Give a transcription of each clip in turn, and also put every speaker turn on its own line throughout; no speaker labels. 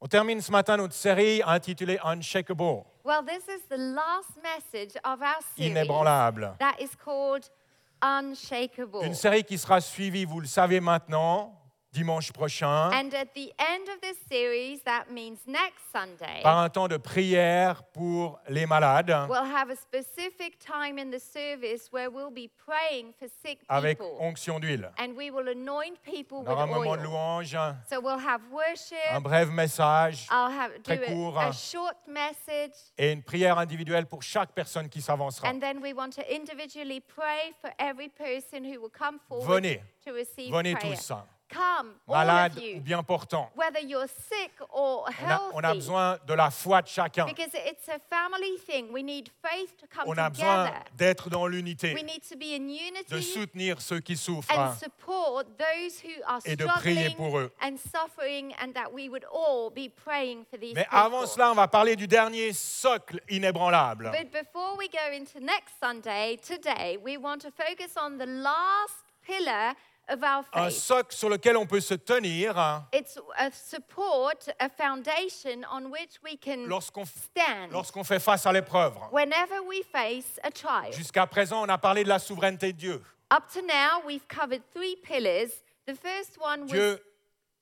On termine ce matin notre série intitulée Unshakable,
Well, this is the last message of our series
Inébranlable.
that is called Unshakable.
Une série qui sera suivie, vous le savez maintenant, dimanche prochain,
And at the end of this series, that means next Sunday,
par un temps de prière pour les malades,
we'll have a specific time in the service where we'll be praying for sick
avec
people.
onction d'huile.
and we will anoint people
On
with
aura un moment de
oil.
louange, un
So we'll have worship.
bref message
I'll have do
très
a,
court, hein.
a short message,
et une prière individuelle pour chaque personne qui s'avancera.
and then we want to individually pray for every person who will come forward
Venez,
to receive
venez
prayer.
tous, hein.
Come,
malades
all of
ou
you,
bien portants.
whether you're sick or
On a,
healthy,
on a besoin de la foi de chacun.
because it's a family thing. We need faith to come
On a besoin
together.
d'être dans
We
l'unité,
need to be in
de
unity
soutenir ceux qui souffrent.
and support those who are
Et de prier
struggling
pour eux.
and suffering, and that we would all be praying for these
Mais
people.
avant cela, on va parler du dernier socle inébranlable.
But before we go into next Sunday, today, we want to focus on the last pillar of our
Un
faith.
socle sur lequel on peut se tenir hein,
It's a support, a foundation on which we can
lorsqu'on
stand
lorsqu'on fait face à l'épreuve.
whenever we face a trial.
Jusqu'à présent, on a parlé de la souveraineté de Dieu.
Up to now, we've covered three pillars. The first one was
Dieu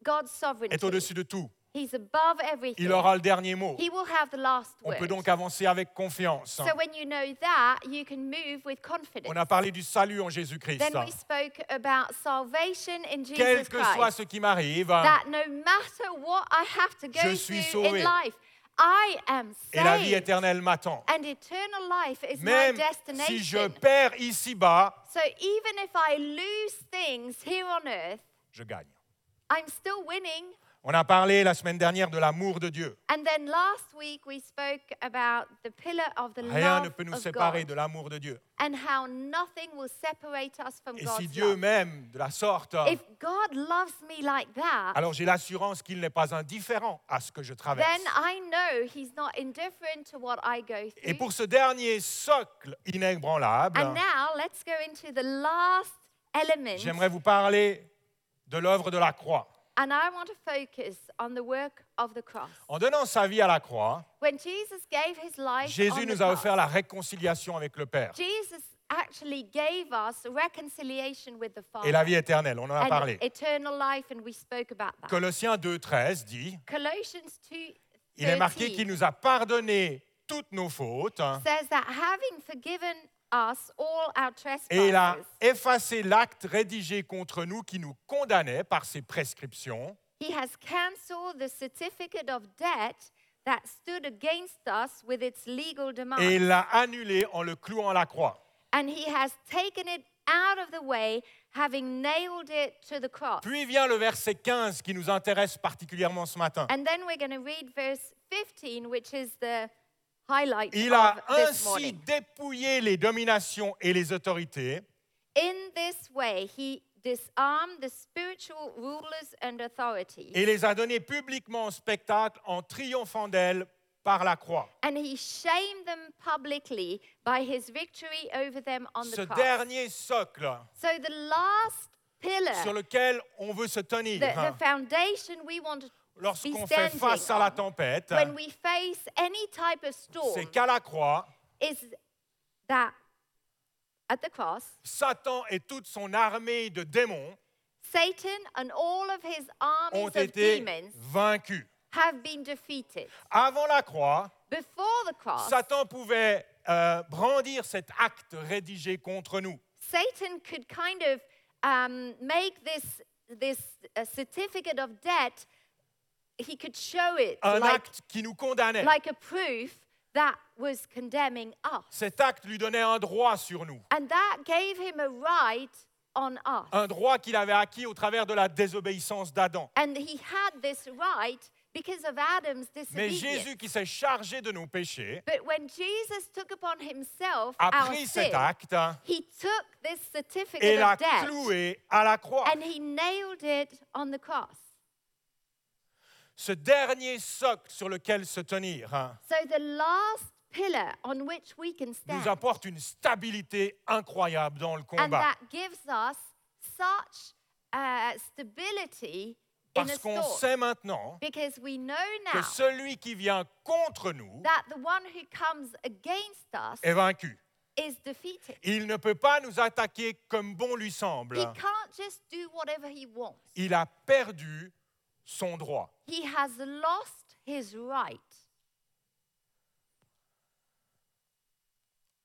God's
est
sovereignty.
au-dessus de tout.
He's above everything.
Il aura le dernier mot.
He will have the last
On peut
word.
donc avancer avec confiance.
So when you know that, you can move with confidence.
On a parlé du salut en Jésus-Christ.
Then we spoke about salvation in
Quel
Jesus
que soit
Christ.
ce qui m'arrive, hein,
that no matter what I have to go
Je suis
through
sauvé.
in life, I am
et la vie
saved.
éternelle m'attend.
And eternal life is
Même
my
si je
destination.
perds ici-bas,
so even if I lose things here on earth,
je gagne.
I'm still winning.
On a parlé la semaine dernière de l'amour de Dieu.
And then last week we spoke about the pillar of the
Rien
love
ne peut nous
of
séparer
God
de l'amour de Dieu.
and how nothing will separate us from
Et
God's
si Dieu
love.
m'aime de la sorte,
If God loves me like that,
alors j'ai l'assurance qu'il n'est pas indifférent à ce que je traverse.
then I know He's not indifferent to what I go through.
Et pour ce dernier socle
And
inébranlable,
now let's go into the last element.
j'aimerais vous parler de l'œuvre de la croix.
And I want to focus on the work of the cross.
En donnant sa vie à la croix,
When Jesus gave his life, on
Jésus
the
nous a
cross,
offert la réconciliation avec le Père
Jesus actually gave us reconciliation with the Father
et la vie éternelle. On en a
and
parlé.
eternal life, and we spoke about that.
Colossiens 2,13 dit
Colossians 2
Il est marqué qu'il
13
nous a pardonné toutes nos fautes hein,
says that having forgiven us all our
et il a
trespasses,
effacé l'acte rédigé contre nous qui nous condamnait par ses prescriptions.
He has cancelled the certificate of debt that stood against us with its legal demand.
et il l'a annulé en le clouant à la croix.
and he has taken it out of the way, having nailed it to the cross.
Puis vient le verset 15 qui nous intéresse particulièrement ce matin.
And then we're going to read verse 15, which is the highlight
Il a
of this
ainsi
morning.
dépouillé les dominations et les autorités
In this way, he disarmed the spiritual rulers and authorities,
et les a données publiquement en spectacle en triomphant d'elles par la croix.
and he shamed them publicly by his victory over them on
Ce
the cross.
dernier socle
so the last
sur
pillar,
lequel on veut se tenir
the, the
hein,
foundation we want to be
lorsqu'on fait
standing
face à la
on
tempête,
when we face any type of
c'est
storm
qu'à la croix,
is that at the cross,
Satan et toute son armée de démons
Satan and all of his
ont
armies of
été
demons
vaincus.
have been defeated.
Avant la croix,
Before the cross,
Satan pouvait euh, brandir cet acte rédigé contre nous.
Satan could kind of um, make this, this uh, certificate of debt, he could show it
Un
like,
acte qui nous condamnait.
like a proof that was condemning us.
Cet acte lui donnait un droit sur nous.
And that gave him a right on us.
Un droit qu'il avait acquis au travers de la désobéissance d'Adam.
And he had this right because of Adam's
Mais
disobedience.
Jésus qui s'est chargé de nos péchés
But when Jesus took upon himself
a
our
pris
sin,
cet acte hein,
he took this
et
certificate
l'a
of debt
cloué à la croix.
and he nailed it on the cross.
Ce dernier socle sur lequel se tenir hein,
So the last pillar on which we can stand
nous apporte une stabilité incroyable dans le
and
combat.
that gives us such uh, stability in a
Parce qu'on
storm.
sait maintenant
Because we know
que
now
celui qui vient contre nous
that the one who comes against us
est vaincu.
is defeated.
Il ne peut pas nous attaquer comme bon lui
He
semble.
can't just do whatever he wants.
Il a perdu son droit.
He has lost his right.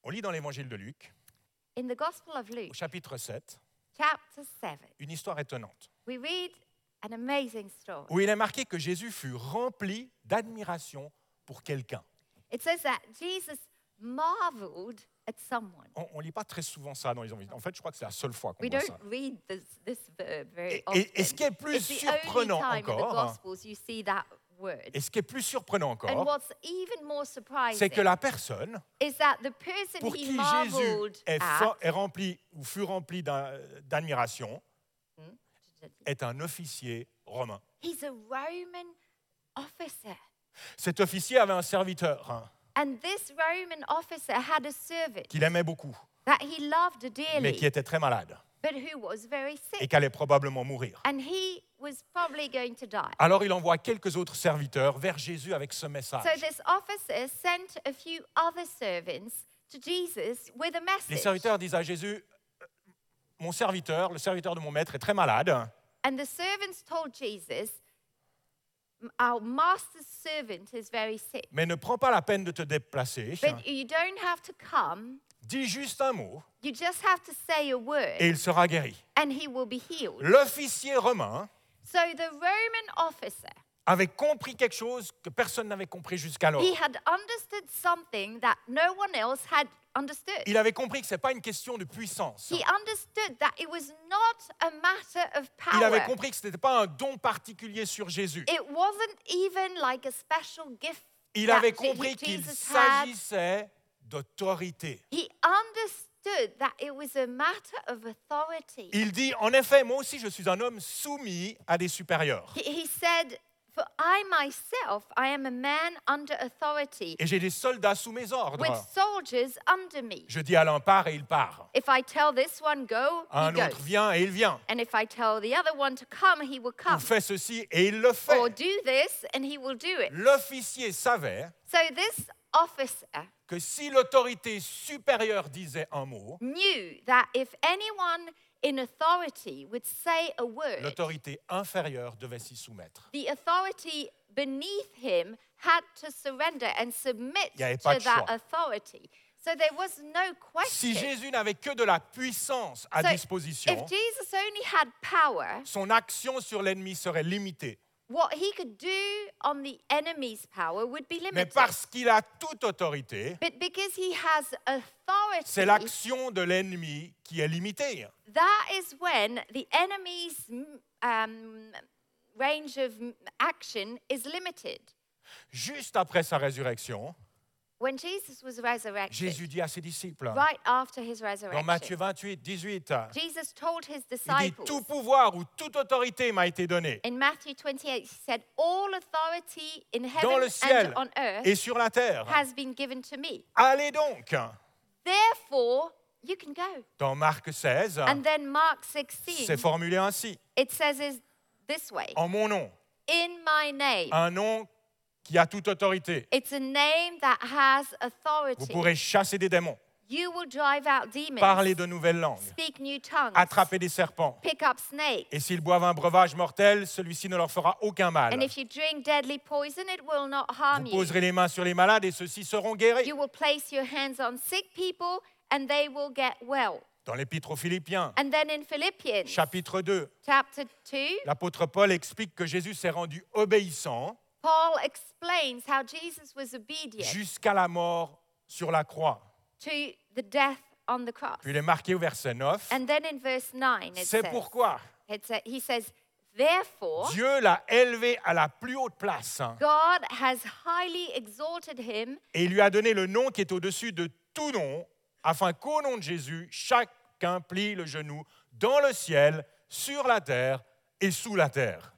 On lit dans l'évangile de Luc,
In the Gospel of
au
Luke,
chapitre 7,
chapter 7,
une histoire étonnante,
we read an amazing story.
où il est marqué que Jésus fut rempli d'admiration pour quelqu'un.
It says that Jesus marveled at someone.
On ne lit pas très souvent ça dans les évangiles. En fait, je crois que c'est la seule fois qu'on
We
voit
don't
ça.
read this, this verb very
Et-
often.
et- et ce qui est plus
it's the only
surprenant
time in the
encore-
Gospels you see that word.
Et ce qui est plus surprenant
And
encore,
what's even more
c'est
surprising
que la personne
is that the person
pour
he
qui Jésus
marveled
est,
at,
fo- est rempli ou fut rempli d'un- d'admiration est un officier romain.
he's a Roman officer.
Cet officier avait un serviteur hein,
And this Roman officer had a servant
qu'il aimait beaucoup,
that he loved
mais qui
dearly,
était très malade
but who was very
et
sick.
qui allait probablement mourir.
And he was probably going to die.
Alors il envoie quelques autres serviteurs vers Jésus avec ce message.
So this officer sent a few other servants to Jesus with a
Les
message.
serviteurs disent à Jésus, mon serviteur, le serviteur de mon maître est très malade,
And the servants told Jesus, "M- Our master's servant is very sick,
mais ne prends pas la peine de te déplacer.
but you don't have to come.
Dis juste un mot
You just have to say a
et
word
il sera guéri.
and he will be healed.
L'officier romain
So the Roman officer,
avait compris quelque chose que personne n'avait compris jusqu'alors.
he had understood something that no one else had understood.
Il avait compris que ce n'est pas une question de puissance.
He understood that it was not a matter of
Il avait
power.
compris que ce n'était pas un don particulier sur Jésus.
It wasn't even like a special gift.
Il
that
avait
Je-
compris qu'il
Jesus had.
s'agissait d'autorité.
He understood that it was a matter of authority.
Il dit, en effet, moi aussi, je suis un homme soumis à des supérieurs.
He, he said, For I myself, I am a man under authority,
Et j'ai des soldats sous mes
with
ordres.
soldiers under me.
Je dis à l'un part et il part.
If I tell this one, go,
À
he
un autre
goes.
vient et il vient.
And if I tell the other one to come, he will
Ou
come. Oh,
fait ceci et il le
Or
fait.
do this, and he will do it.
L'officier savait
So this officer
que si l'autorité supérieure disait un mot,
knew that if anyone in authority would say a word,
l'autorité inférieure devait s'y soumettre.
the authority beneath him had to surrender and submit
Il y
to
avait pas de choix.
that authority. So there was no question.
Si Jésus n'avait que de la puissance à
So,
disposition,
If Jesus only had power,
son action sur l'ennemi serait limitée.
what he could do on the enemy's power would be
Mais
limited.
parce qu'il a toute autorité,
But because he has
c'est
authority,
l'action de l'ennemi qui est limitée.
that is when the enemy's mm, um, range of mm, action is limited.
Juste après sa résurrection,
When Jesus was resurrected,
Jésus dit à ses disciples,
right after his
dans
resurrection,
Matthieu 28, 18,
Jesus told his
il dit,
disciples
Tout pouvoir ou toute autorité m'a été donnée,
in Matthew 28, he said, All authority in
dans
heaven
le
and
ciel
on earth
et sur la terre.
has been given to me.
Allez donc,
Therefore, you can go.
dans Marc 16,
And then Mark
Ah. c'est Ah.
16,
formulé ainsi,
it says is this way
en mon nom,
In my name.
un nom qui a toute autorité.
It's a name that has
Vous
authority.
pourrez chasser des démons,
You will drive out demons,
parler de nouvelles langues,
speak new tongues,
attraper des serpents.
pick up snakes.
Et s'ils boivent un breuvage mortel, celui-ci ne leur fera aucun mal.
And if you drink deadly poison, it will not harm
Vous
you.
poserez les mains sur les malades et ceux-ci seront guéris.
You will place your hands on sick people and they will get well.
Dans l'épître aux Philippiens,
And then in Philippians
chapitre 2,
chapter 2,
l'apôtre Paul explique que Jésus s'est rendu obéissant
Paul explains how Jesus was obedient
jusqu'à la mort sur la croix.
to the death on the cross.
Puis il est marqué au verset 9.
And then in verse 9, it
C'est
says,
pourquoi
it sa- he says, Therefore,
Dieu l'a élevé à la plus haute place hein.
God has highly exalted him
et lui a donné le nom qui est au-dessus de tout nom, afin qu'au nom de Jésus, chacun plie le genou dans le ciel, sur la terre et sous la terre.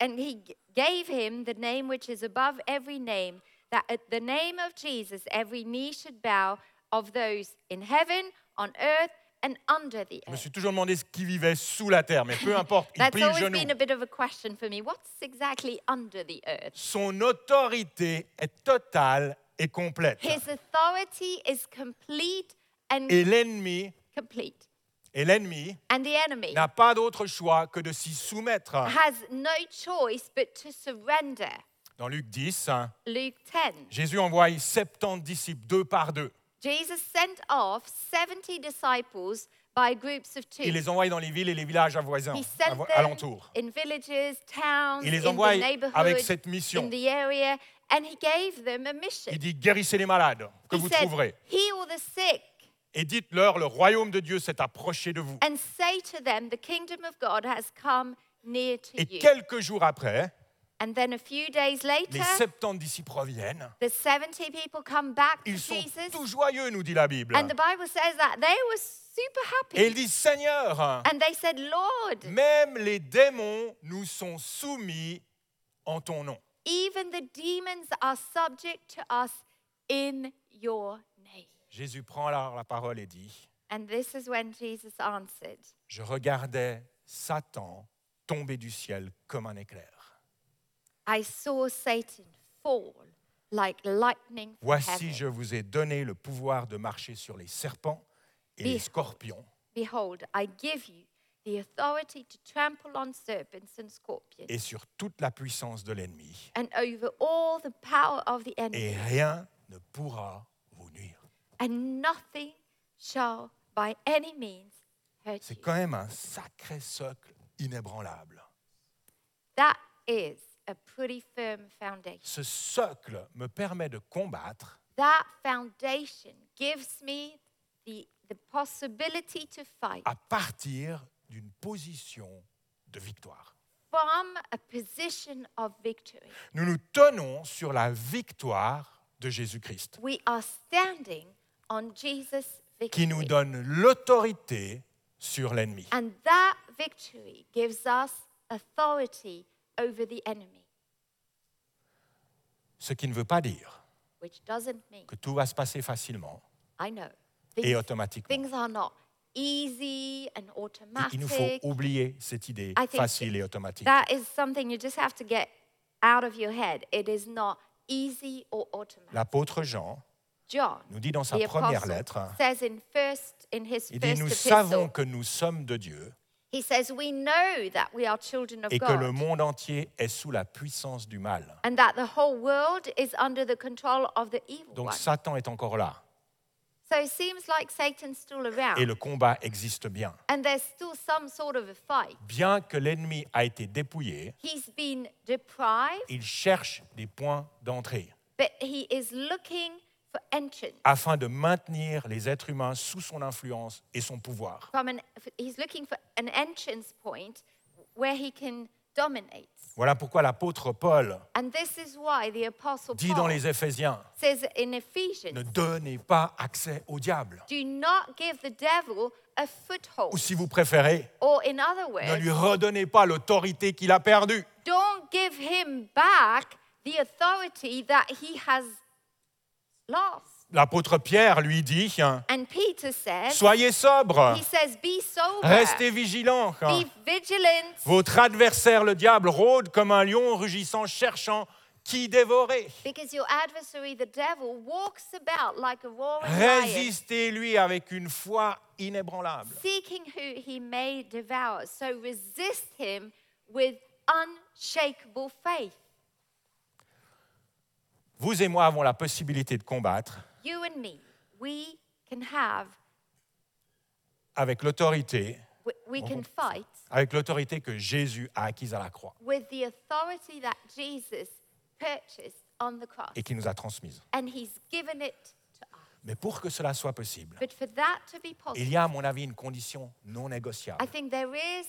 And he g- gave him the name which is above every name, that at the name of Jesus every knee should bow of those in heaven, on earth, and under the
Je me
earth.
suis toujours demandé ce qui vivait sous la terre, mais peu importe, il
That's
plie le
always
genou.
been a bit of a question for me. What's exactly under the earth?
Son autorité est totale et complète.
His authority is complete and
Et l'ennemi,
complete.
et l'ennemi
And the enemy
n'a pas d'autre choix que de s'y soumettre.
has no choice but to surrender.
Dans Luc 10,
Luke 10.
Jésus envoie 70 disciples, deux par deux.
Jesus sent off 70 disciples by groups of two.
Il les envoie dans les villes et les villages avoisins,
He sent
avo-
them
alentours.
in villages, towns,
Il les
in
envoie
the
avec
neighborhood,
cette mission.
in the area, and he gave them a mission.
Il dit guérissez les malades que
he
vous
said,
trouverez
heal the sick
et dites-leur le royaume de Dieu s'est approché de vous.
and say to them, the kingdom of God has come near to
Et
you.
quelques jours après,
And then a few days
les
later,
70 disciples reviennent.
the 70 people come back to
Ils sont
Jesus.
tout joyeux, nous dit la Bible.
And the Bible says that they were super happy.
Et ils disent Seigneur,
and they said, Lord,
même les démons nous sont soumis en ton nom.
even the demons are subject to us in your name.
Jésus prend alors la parole et dit
And this is when Jesus answered,
Je regardais Satan tomber du ciel comme un éclair.
I saw Satan fall like lightning from
Voici,
heaven.
je vous ai donné le pouvoir de marcher sur les serpents et les
Behold.
scorpions
Behold, I give you the authority to trample on serpents and scorpions
et sur toute la puissance de l'ennemi,
and over all the power of the enemy,
et rien ne pourra vous nuire.
and nothing shall by any means hurt
C'est
you.
quand même un sacré socle inébranlable.
That is a pretty firm foundation.
Ce socle me permet de combattre
That foundation gives me the, the possibility to fight
à partir d'une position de victoire.
from a position of victory.
Nous nous tenons sur la victoire de Jésus-Christ,
We are standing on Jesus'
qui nous
victory.
donne l'autorité sur l'ennemi.
And that victory gives us authority over the enemy,
Ce qui ne veut pas dire
which doesn't mean,
que tout va se passer facilement
I know,
et
things,
automatiquement.
things are not easy and
Il- Il nous faut
automatic.
oublier cette idée
I think
facile et automatique.
That is something you just have to get out of your head. It is not easy or automatic.
L'apôtre Jean
John,
nous dit dans sa
the
première
apostle,
lettre,
says in first in his
il dit,
first
nous
epistle,
savons que nous sommes de Dieu
he says, "We know that we are children of
et que
God."
le monde entier est sous la puissance du mal.
and that the whole world is under the control of the evil
Donc
one.
Satan est encore là
So it seems like Satan's still around,
et le combat existe bien.
and there's still some sort of a fight.
Bien que l'ennemi a été dépouillé,
He's been deprived,
il cherche des points d'entrée
but he is looking for entrance
afin de maintenir les êtres humains sous son influence et son pouvoir.
from an. He's looking for an entrance point where he can dominate.
Voilà pourquoi l'apôtre Paul
And this is why the apostle
dit dans
Paul
les Éphésiens,
says in Ephesians,
ne donnez pas accès au diable.
"Do not give the devil a foothold."
Ou si vous préférez,
or in other
ne
words,
lui redonnez pas l'autorité qu'il a perdue.
don't give him back the authority that he has lost.
L'apôtre Pierre lui dit, hein,
And Peter says,
soyez sobre,
he says, be sober,
uh, restez vigilants. hein.
be vigilant.
Votre adversaire, le diable, rôde comme un lion rugissant, cherchant qui dévorer.
Because your adversary, the devil, walks about like a roaring lion,
Résistez-lui avec une foi inébranlable.
seeking who he may devour. So resist him with unshakable faith.
Vous et moi avons la possibilité de combattre
You and me, we can have,
avec l'autorité,
we, we can fight
avec l'autorité que Jésus a acquise à la croix
with the authority that Jesus purchased on the cross.
et qui nous a transmise.
and he's given it to us.
Mais pour que cela soit possible,
But for that to be
il
possible,
y a à mon avis une condition non
I
négociable
think there is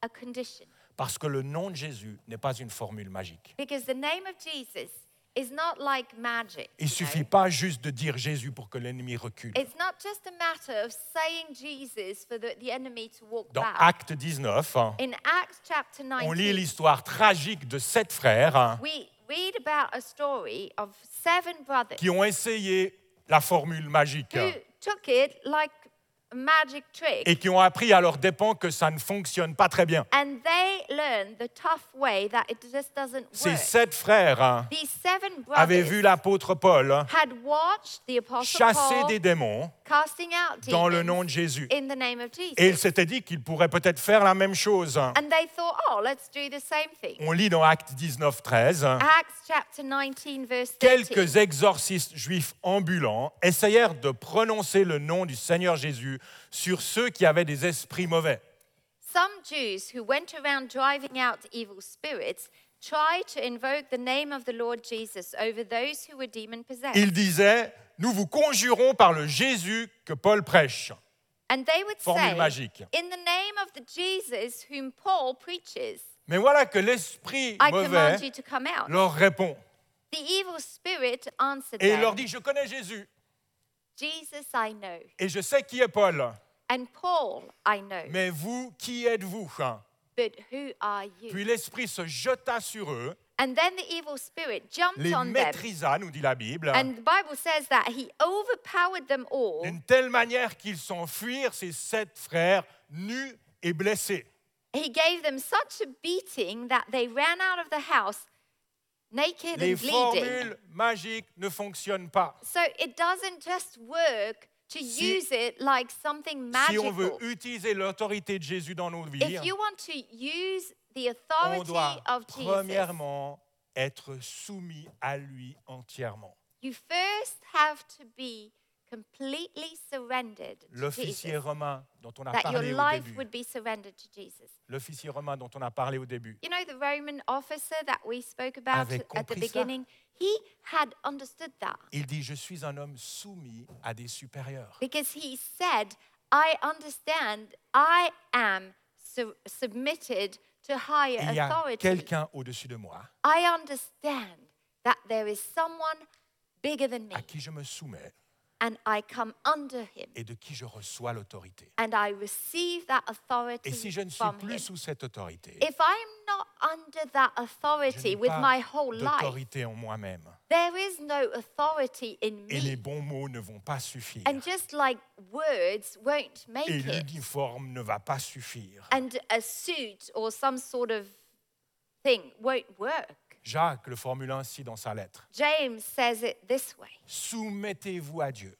a condition
parce que le nom de Jésus n'est pas une formule magique.
because the name of Jesus is not like magic.
Il
you know.
suffit pas juste de dire Jésus pour que l'ennemi recule.
It's not just a matter of saying Jesus for the, the enemy to walk
Dans
back.
Acte 19, hein,
In Acts chapter
on lit
19,
l'histoire tragique de sept frères hein,
we read about a story of seven brothers
qui ont essayé la formule magique.
who took it like magic trick.
et qui ont appris à leurs dépens que ça ne fonctionne pas très bien.
and they learned the tough way that it just doesn't
Ces
work.
sept frères hein,
These seven
avaient
brothers
vu l'apôtre Paul hein,
had watched the apostle
chasser
Paul
des démons
casting out demons
dans le nom de Jésus.
in the name of Jesus.
Et ils s'étaient dit qu'ils pourraient peut-être faire la même chose. hein.
and they thought, oh, let's do the same thing.
On lit dans Acte 19, 13.
Acts chapter 19, verse 13.
Quelques exorcistes juifs ambulants essayèrent de prononcer le nom du Seigneur Jésus sur ceux qui avaient des esprits mauvais.
Some Jews who went around driving out evil spirits tried to invoke the name of the Lord Jesus over those who were demon possessed.
Ils disaient Nous vous conjurons par le Jésus que Paul prêche.
and they would
Formule
say,
magique.
In the name of the Jesus whom Paul preaches,
Mais voilà que l'esprit
I
mauvais
command you to come out.
leur répond
The evil spirit answered
et il
them,
leur dit Je connais Jésus
Jesus I know,
et je sais qui est Paul,
and Paul I know,
mais vous, qui êtes-vous
but who are you?
Puis l'esprit se jeta sur eux,
and then the evil spirit jumped
les
on them.
maîtrisa, nous dit la Bible,
And the Bible says that he overpowered them all
d'une telle manière qu'ils s'enfuirent, ces sept frères, nus et blessés.
He gave them such a beating that they ran out of the house naked
Les
and bleeding.
formules magiques ne fonctionnent pas.
So it doesn't just work to
Si-
use it like something
Si on
magical.
veut utiliser l'autorité de Jésus dans nos vies,
if you want to use
on
the authority
doit
Ah of Jesus,
premièrement être soumis à lui entièrement.
you first have to be completely surrendered to
L'officier
Jesus.
romain dont on a
That your
parlé au
life
début.
would be surrendered to Jesus.
L'officier romain dont on a parlé au début.
You know, the Roman officer that we spoke about
Avait
at the
compris ça.
beginning, he had understood that.
Il dit je suis un homme soumis à des supérieurs.
Because he said, I understand, I am su- submitted to higher
Il y a
authority.
quelqu'un au-dessus de moi
I understand that there is someone bigger than me,
à qui je me soumets
and I come under him,
et de qui je reçois l'autorité.
and I receive that authority
Et si je ne suis
from
plus
him.
sous cette autorité,
If I'm not under that
je n'ai
authority with my
pas
whole life,
d'autorité en moi-même.
there is no authority in
Et les
me.
bons mots ne vont pas suffire.
And just like words won't make
Et
it,
l'uniforme ne va pas suffire.
and a suit or some sort of thing won't work.
Jacques le formule ainsi dans sa lettre.
James says it this way
Soumettez-vous à Dieu.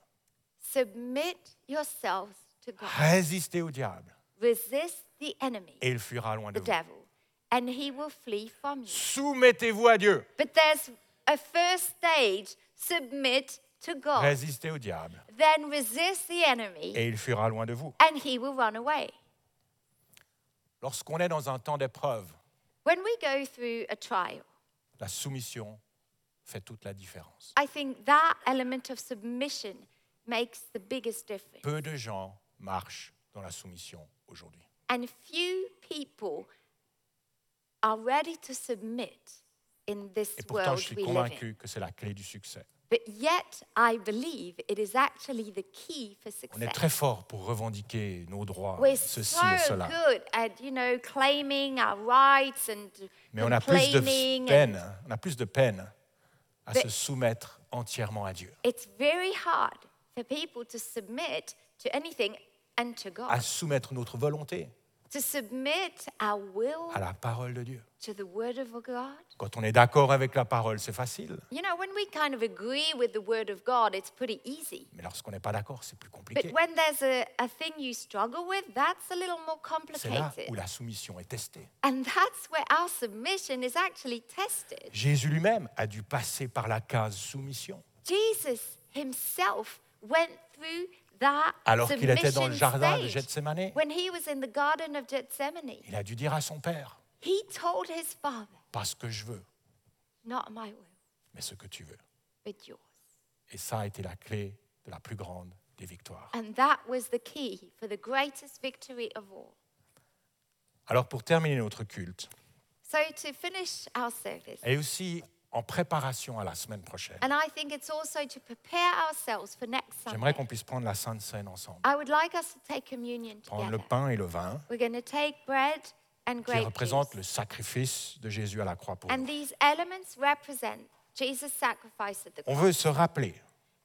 Submit yourselves to God,
Résistez au diable
resist the enemy,
et il fuira loin de
the
vous.
devil, and he will flee from you.
Soumettez-vous à Dieu.
But there's a first stage submit to God,
Résistez au diable
then resist the enemy,
et il fuira loin de vous.
and he will run away.
Lorsqu'on est dans un temps d'épreuve,
When we go through a trial,
la soumission fait toute la différence.
I think that element of submission makes the biggest difference.
Peu de gens marchent dans la soumission aujourd'hui.
And few people are ready to submit in this
Et pourtant,
world
je suis
we live in.
convaincu que c'est la clé du succès.
But yet, I believe it is actually the key for
On est
success.
très fort pour revendiquer nos droits,
We're
ceci
so
et cela.
good at, you know, claiming our rights and
Mais on a plus de
complaining. and
peine, hein, on a plus de peine à
Mais-
se soumettre entièrement à Dieu,
it's very hard for people to submit to anything and to
à
God.
soumettre notre volonté
To submit our will
à la parole de Dieu.
to the word of God.
Quand on est d'accord avec la parole, c'est facile,
You know, when we kind of agree with the word of God, it's pretty easy.
mais lorsqu'on n'est pas d'accord, c'est plus
But
compliqué.
when there's a, a thing you struggle with, that's a little more
C'est là où
complicated.
la soumission est testée.
And that's where our submission is actually tested.
Jésus lui-même a dû passer par la case soumission
Jesus himself went through that
alors qu'il était dans le
submission
jardin de
stage.
Gethsemane.
When he was in the Garden of Gethsemane,
Il a dû dire à son père
he told his father,
Pas ce que je veux,
Not my will,
mais ce que tu veux.
but yours.
Et ça a été la clé de la plus grande des victoires.
And that was the key for the greatest victory of all.
Alors pour terminer notre culte,
So, to finish our service,
et aussi en préparation à la semaine prochaine.
And I think it's also to prepare ourselves for next
J'aimerais
Sunday.
qu'on puisse prendre la Sainte Seine ensemble,
I would like us to take communion
prendre le
together.
pain et le vin
We're going to take bread and
qui
grape
représentent
juice.
le sacrifice de Jésus à la croix pour
And
nous.
these elements represent Jesus' sacrifice at the
On
cross.
veut se rappeler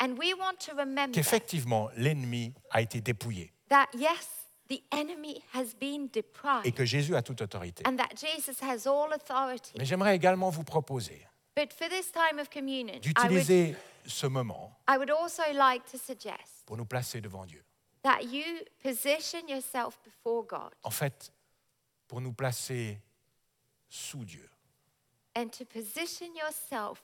And we want to remember
qu'effectivement l'ennemi a été dépouillé.
that yes, the enemy has been
et
deprived
que Jésus a toute autorité.
and that Jesus has all authority.
Mais j'aimerais également vous proposer
But for this time of communion, I would,
d'utiliser ce moment
I would also like to suggest
pour nous placer devant Dieu.
that you position yourself before God
En fait, pour nous placer sous Dieu,
and to position yourself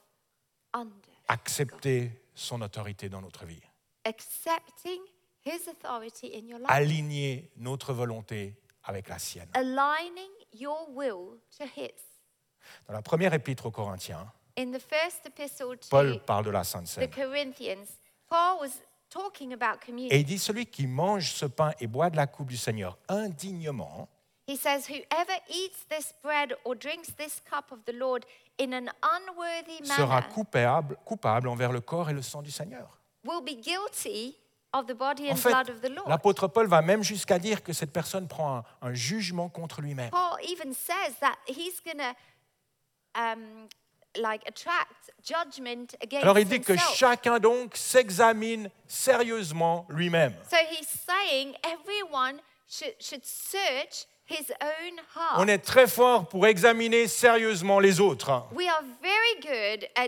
under,
accepter son autorité dans notre vie,
accepting His authority in your life,
aligner notre volonté avec la sienne.
aligning your will to His.
Dans la première épître aux Corinthiens,
In the first epistle to
Paul parle de la Sainte
the
Seine.
Corinthians, Paul was talking about
Et
communion.
il dit, celui qui mange ce pain et boit de la coupe du Seigneur indignement
He says, Whoever eats this bread or drinks this cup of the Lord in an unworthy
sera
manner
coupable, coupable envers le corps et le sang du Seigneur.
will be guilty of the body
En
and
fait,
blood of the Lord.
l'apôtre Paul va même jusqu'à dire que cette personne prend un, un jugement contre lui-même.
Paul even says that he's going to um, like attract judgment against
Alors il dit que
himself.
chacun donc s'examine sérieusement lui-même.
So he's saying everyone should, should search his own
On
heart.
est très fort pour examiner sérieusement les autres, hein.
We are very good at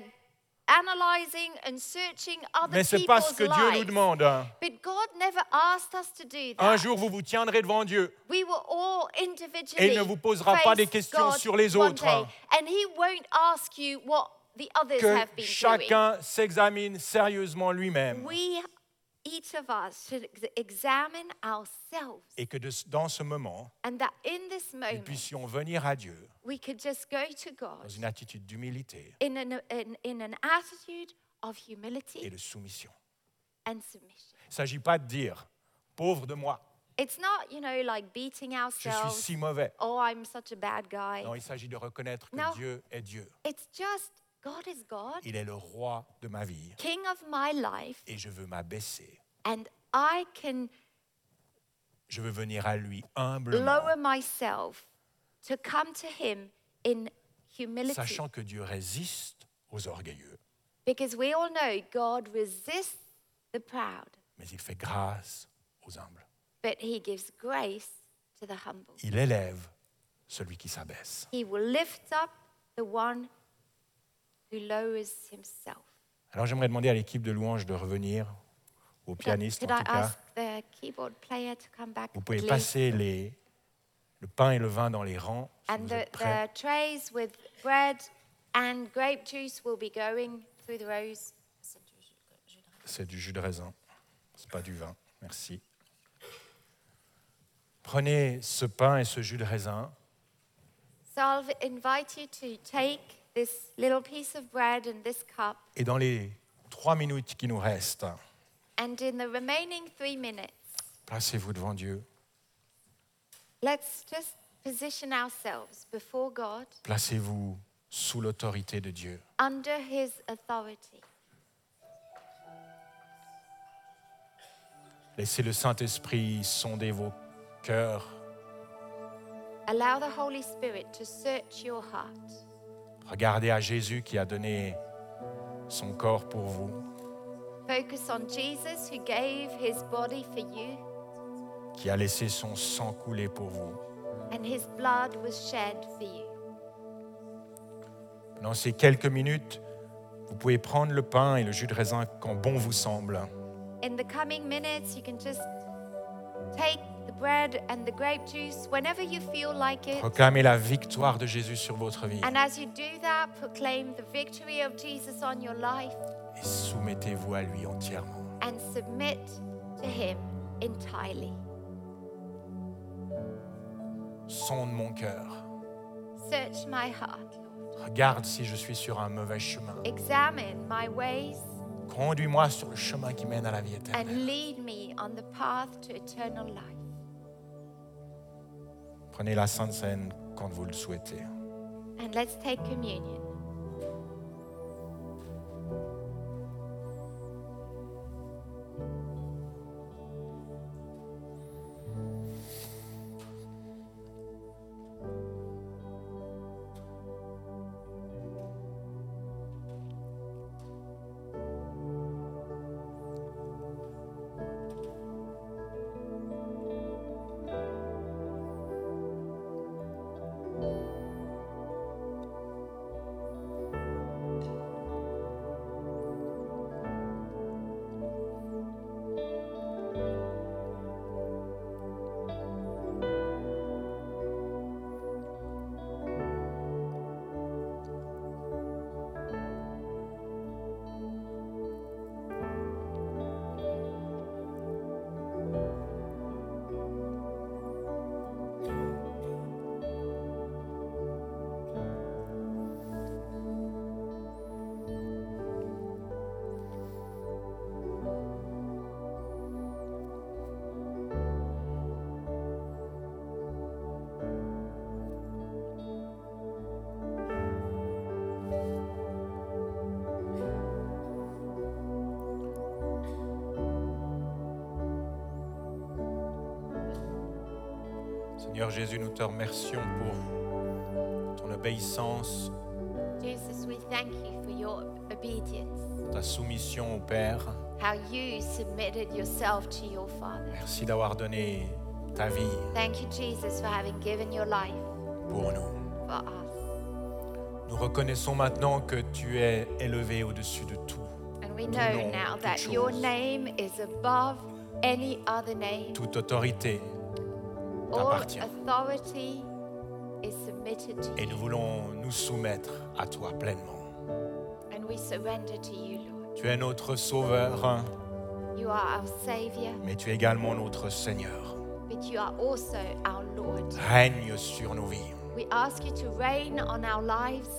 analyzing and searching other
mais ce n'est pas ce
people's
que Dieu nous
lives.
demande. hein.
But God never asked us to do
Un
that.
jour, vous vous tiendrez devant Dieu.
We will all individually
Et il ne vous posera pas des
face
questions
God
sur les
one
autres.
day, and he won't ask you what the others
Que
have been
chacun s'examine sérieusement
doing.
lui-même.
We, each of us, should ex- examine ourselves,
Et que de- dans ce moment,
and that in this
nous
moment
puissions venir à Dieu
we could just go to
dans
God
une attitude d'humilité
in an, in, in an attitude of
et
humility
de soumission.
and submission.
Il ne s'agit pas de dire, pauvre de moi,
It's not, you know, like beating
je suis
ourselves.
si mauvais.
Oh, I'm such a bad guy.
Non, il s'agit de reconnaître que
Non.
Dieu est Dieu.
It's just God is God,
Il est le roi de ma vie
King of my life.
et je veux m'abaisser.
and I can
Je veux venir à lui humblement,
lower myself to come to Him in humility.
sachant que Dieu résiste aux orgueilleux,
Because we all know God resists the proud,
mais il fait grâce aux humbles.
but He gives grace to the humble.
Il élève celui qui s'abaisse.
He will lift up the one who lowers himself.
Alors j'aimerais demander à l'équipe de louanges de revenir, au
Could I-
pianiste en
could I
tout cas.
ask the keyboard player to come back?
Vous pouvez
please?
passer les, le pain et le vin dans les rangs. si
And
vous
the,
êtes prêts.
the trays with bread and grape juice will be going through the rows.
C'est du jus de raisin, c'est pas du vin. Merci. Prenez ce pain et ce jus de raisin
So I'll invite you to take this little piece of bread and this cup,
et dans les trois minutes qui nous restent,
and in the remaining three minutes,
placez-vous devant Dieu,
let's just position ourselves before God
placez-vous sous l'autorité de Dieu.
under His authority.
Laissez le Saint-Esprit sonder vos cœurs.
Allow the Holy Spirit to search your heart.
Regardez à Jésus qui a donné son corps pour vous,
Focus on Jesus who gave His body for you,
qui a laissé son sang couler pour vous.
and His blood was shed for you.
Dans ces quelques minutes, vous pouvez prendre le pain et le jus de raisin quand bon vous semble.
In the coming minutes, you can just take the bread and the grape juice whenever you feel like it.
Proclamez la victoire de Jésus sur votre vie
And as you do that, proclaim the victory of Jesus on your life
et soumettez-vous à lui entièrement.
and submit to Him entirely.
Sonde mon cœur.
Search my heart, Lord.
Regarde si je suis sur un mauvais chemin.
Examine my ways
Conduis-moi sur le chemin qui mène à la vie éternelle.
and lead me on the path to eternal life.
Prenez la Sainte Seine quand vous le souhaitez.
And let's take communion.
Seigneur Jésus, nous te remercions pour ton obéissance,
Jesus, we thank you for your obedience,
ta soumission au Père.
how you submitted yourself to your Father.
Merci d'avoir donné ta vie
Thank you, Jesus, for having given your life
pour nous.
for us.
Nous reconnaissons maintenant que tu es élevé au-dessus de tout.
And we
Tout
know
nom,
now
toute
that your
chose.
name is above any other name.
Toute autorité
All
t'appartient.
authority is submitted to
Et
you,
nous voulons nous soumettre à toi pleinement.
and we surrender to you, Lord.
Tu es notre Sauveur,
You are our Savior,
mais tu es également notre Seigneur.
but you are also our Lord.
Règne sur nos vies.
We ask you to reign on our lives.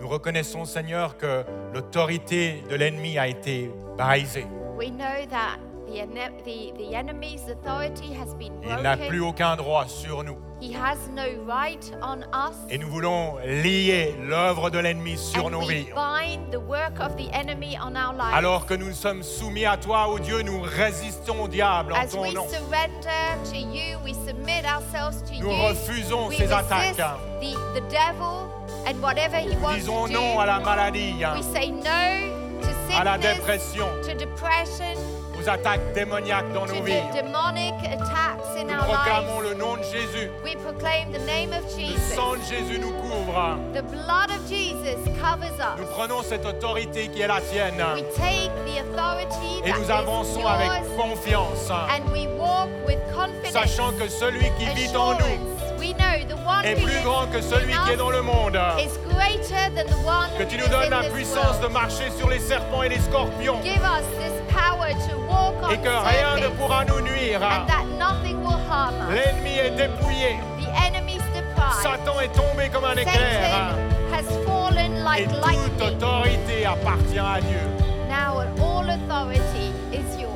Nous reconnaissons, Seigneur, que l'autorité de l'ennemi a été brisée.
We know that the, ene- the, the enemy's authority has been
Il n'a plus
broken.
aucun droit sur nous.
He has no right on us.
Et nous voulons lier l'œuvre de l'ennemi sur
And
nos
we
vies.
bind the work of the enemy on our lives.
Alors que nous sommes soumis à toi, ô Dieu, nous résistons au diable en
As we
ton nom.
surrender to you, we submit ourselves to
Nous
you.
refusons
we
ces
resist
attaques.
The, the devil and whatever he wants
Disons
to
non à
do.
la maladie,
We say no to sickness,
à la dépression,
to depression,
aux attaques démoniaques dans
to
nos
the
vies.
demonic attacks in
Nous
our
proclamons
lives.
le nom de Jésus.
We proclaim the name of
Le
Jesus.
sang de Jésus nous couvre.
The blood of Jesus covers
Nous
us.
prenons cette autorité qui est la tienne
We take the authority
et
that
nous
is
avançons avec
yours,
confiance,
and we walk with confidence.
sachant que celui qui vit en nous
assurance. We know the one
est
who
plus
lives
grand que celui
in
qui est
us
dans le monde.
is greater than the one
Que
who
tu
is
nous donnes
in
la
this
puissance de
world.
marcher sur les serpents et les scorpions
Give us this power to walk on
et que rien ne
surface
pourra nous nuire.
and that nothing will harm us.
L'ennemi est dépouillé,
The enemy's deprived.
Satan est tombé comme un éclair
Satan has fallen
et
like
toute
lightning.
autorité appartient à Dieu.
Now all authority is yours.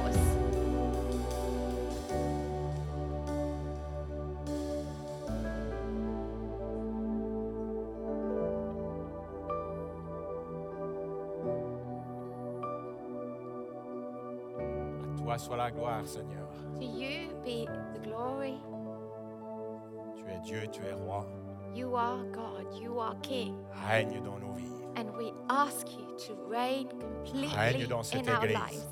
À toi soit la gloire, Seigneur.
To you be the glory.
Tu es Dieu, tu es roi.
You are God. You are King.
Règne dans nos vies.
And we ask you to reign completely
Règne dans cette
in our
église.
lives.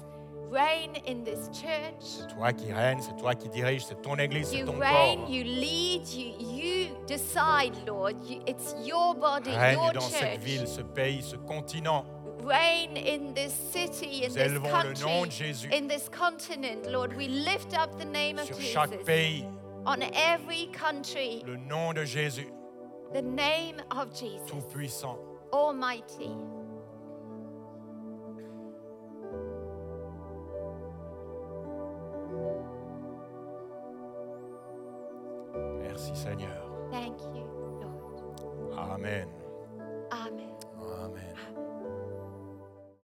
Reign in this church.
Toi qui règnes, c'est toi qui diriges, c'est ton église, c'est
You
ton
reign,
corps.
you lead, you, you decide, Lord. You, it's your body,
Règne
your
dans cette ville,
church.
ce pays, ce continent.
Reign in this city, in
Nous
this
élevons le nom de Jésus.
country, in this continent, Lord. We lift up the name of
Sur chaque
Jesus
pays,
on every country,
le nom de Jésus,
the name of Jesus,
Tout-Puissant.
Almighty.
Merci Seigneur.
Thank you, Lord.
Amen.